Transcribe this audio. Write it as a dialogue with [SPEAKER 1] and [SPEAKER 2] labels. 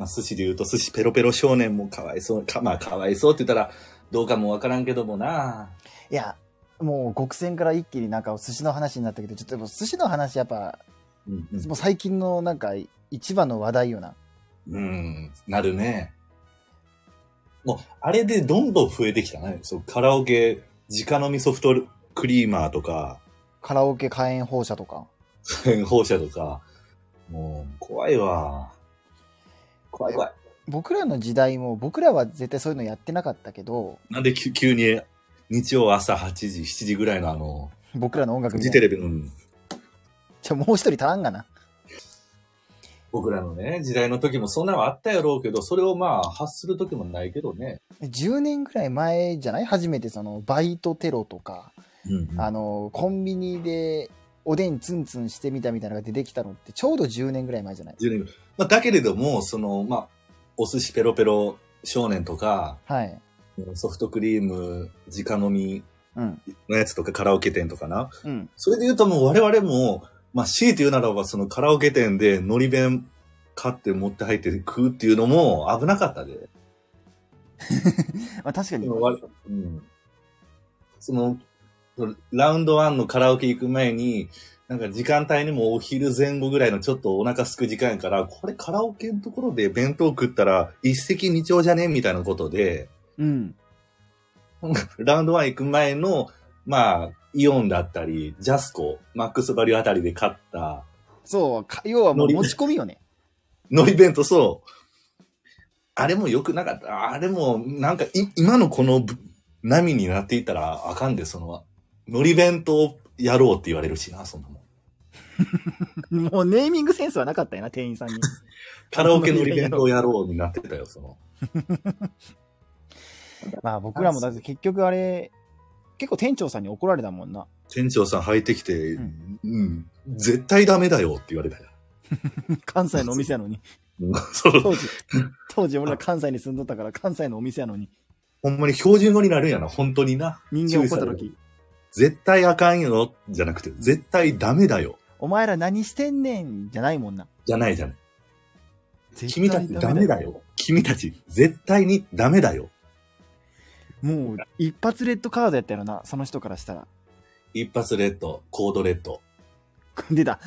[SPEAKER 1] まあ、寿司で言うと寿司ペロペロ少年もかわいそう、かまあかわいそうって言ったらどうかもわからんけどもな。
[SPEAKER 2] いや、もう、極戦から一気になんか寿司の話になったけど、ちょっとでも寿司の話やっぱ、
[SPEAKER 1] うん、うん
[SPEAKER 2] もう最近のなんか、一番の話題よな。
[SPEAKER 1] うん、なるね。もう、あれでどんどん増えてきたね。そう、カラオケ、直飲みソフトクリーマーとか、
[SPEAKER 2] カラオケ火炎放射とか。
[SPEAKER 1] 放射とか、もう、怖いわ。怖い怖い。
[SPEAKER 2] 僕らの時代も、僕らは絶対そういうのやってなかったけど、
[SPEAKER 1] なんで急急に、日曜朝8時、7時ぐらいのあの、
[SPEAKER 2] 僕らの音楽
[SPEAKER 1] フ
[SPEAKER 2] みた
[SPEAKER 1] ジ
[SPEAKER 2] い
[SPEAKER 1] テ
[SPEAKER 2] な
[SPEAKER 1] レビの、うん
[SPEAKER 2] ちょ、もう一人足らんがな。
[SPEAKER 1] 僕らのね、時代の時もそんなのあったやろうけど、それをまあ、発する時もないけどね。
[SPEAKER 2] 10年ぐらい前じゃない初めてその、バイトテロとか、
[SPEAKER 1] うん
[SPEAKER 2] あの、コンビニで、おでんツンツンしてみたみたいなのが出てきたのってちょうど10年ぐらい前じゃない
[SPEAKER 1] 10年まあ、だけれども、その、まあ、お寿司ペロペロ少年とか、
[SPEAKER 2] はい。
[SPEAKER 1] ソフトクリーム、直飲み
[SPEAKER 2] うん。
[SPEAKER 1] のやつとかカラオケ店とかな。
[SPEAKER 2] うん。
[SPEAKER 1] それで言うともう我々も、まあ、強いて言うならば、そのカラオケ店で海苔弁買って持って入って食うっていうのも危なかったで。
[SPEAKER 2] まあ確かに。
[SPEAKER 1] うんその、ラウンド1のカラオケ行く前に、なんか時間帯にもお昼前後ぐらいのちょっとお腹空く時間やから、これカラオケのところで弁当食ったら一石二鳥じゃねみたいなことで、
[SPEAKER 2] うん。
[SPEAKER 1] ラウンド1行く前の、まあ、イオンだったり、ジャスコ、マックスバリューあたりで買った、
[SPEAKER 2] そうか、要はもう持ち込みよね。
[SPEAKER 1] のり弁当、そう。あれも良くなかった。あれも、なんかい、今のこのぶ波になっていったらあかんで、その、のり弁当やろうって言われるしな、そんなもん。
[SPEAKER 2] もうネーミングセンスはなかったよな、店員さんに。
[SPEAKER 1] カラオケのり弁当やろうになってたよ、その。
[SPEAKER 2] まあ僕らもだって結局あれ、結構店長さんに怒られたもんな。
[SPEAKER 1] 店長さん入ってきて、う
[SPEAKER 2] うんん、
[SPEAKER 1] 絶対ダメだよって言われたよ。
[SPEAKER 2] 関西のお店やのに。
[SPEAKER 1] うんそう
[SPEAKER 2] 当時、当時俺ら関西に住んどったから関西のお店やのに。
[SPEAKER 1] ほんまに標準語になるんやな、本当にな。
[SPEAKER 2] 人間怒った
[SPEAKER 1] 注意される
[SPEAKER 2] 時、
[SPEAKER 1] 絶対あかんよ、じゃなくて、絶対ダメだよ、
[SPEAKER 2] お前ら何してんねんじゃないもんな。
[SPEAKER 1] じゃないじゃない。
[SPEAKER 2] 絶対
[SPEAKER 1] 君たちダメだ。よ。君たち絶対にダメだよ。
[SPEAKER 2] もう一発レッドカードやったよな、その人からしたら。
[SPEAKER 1] 一発レッド、コードレッド。
[SPEAKER 2] 出た。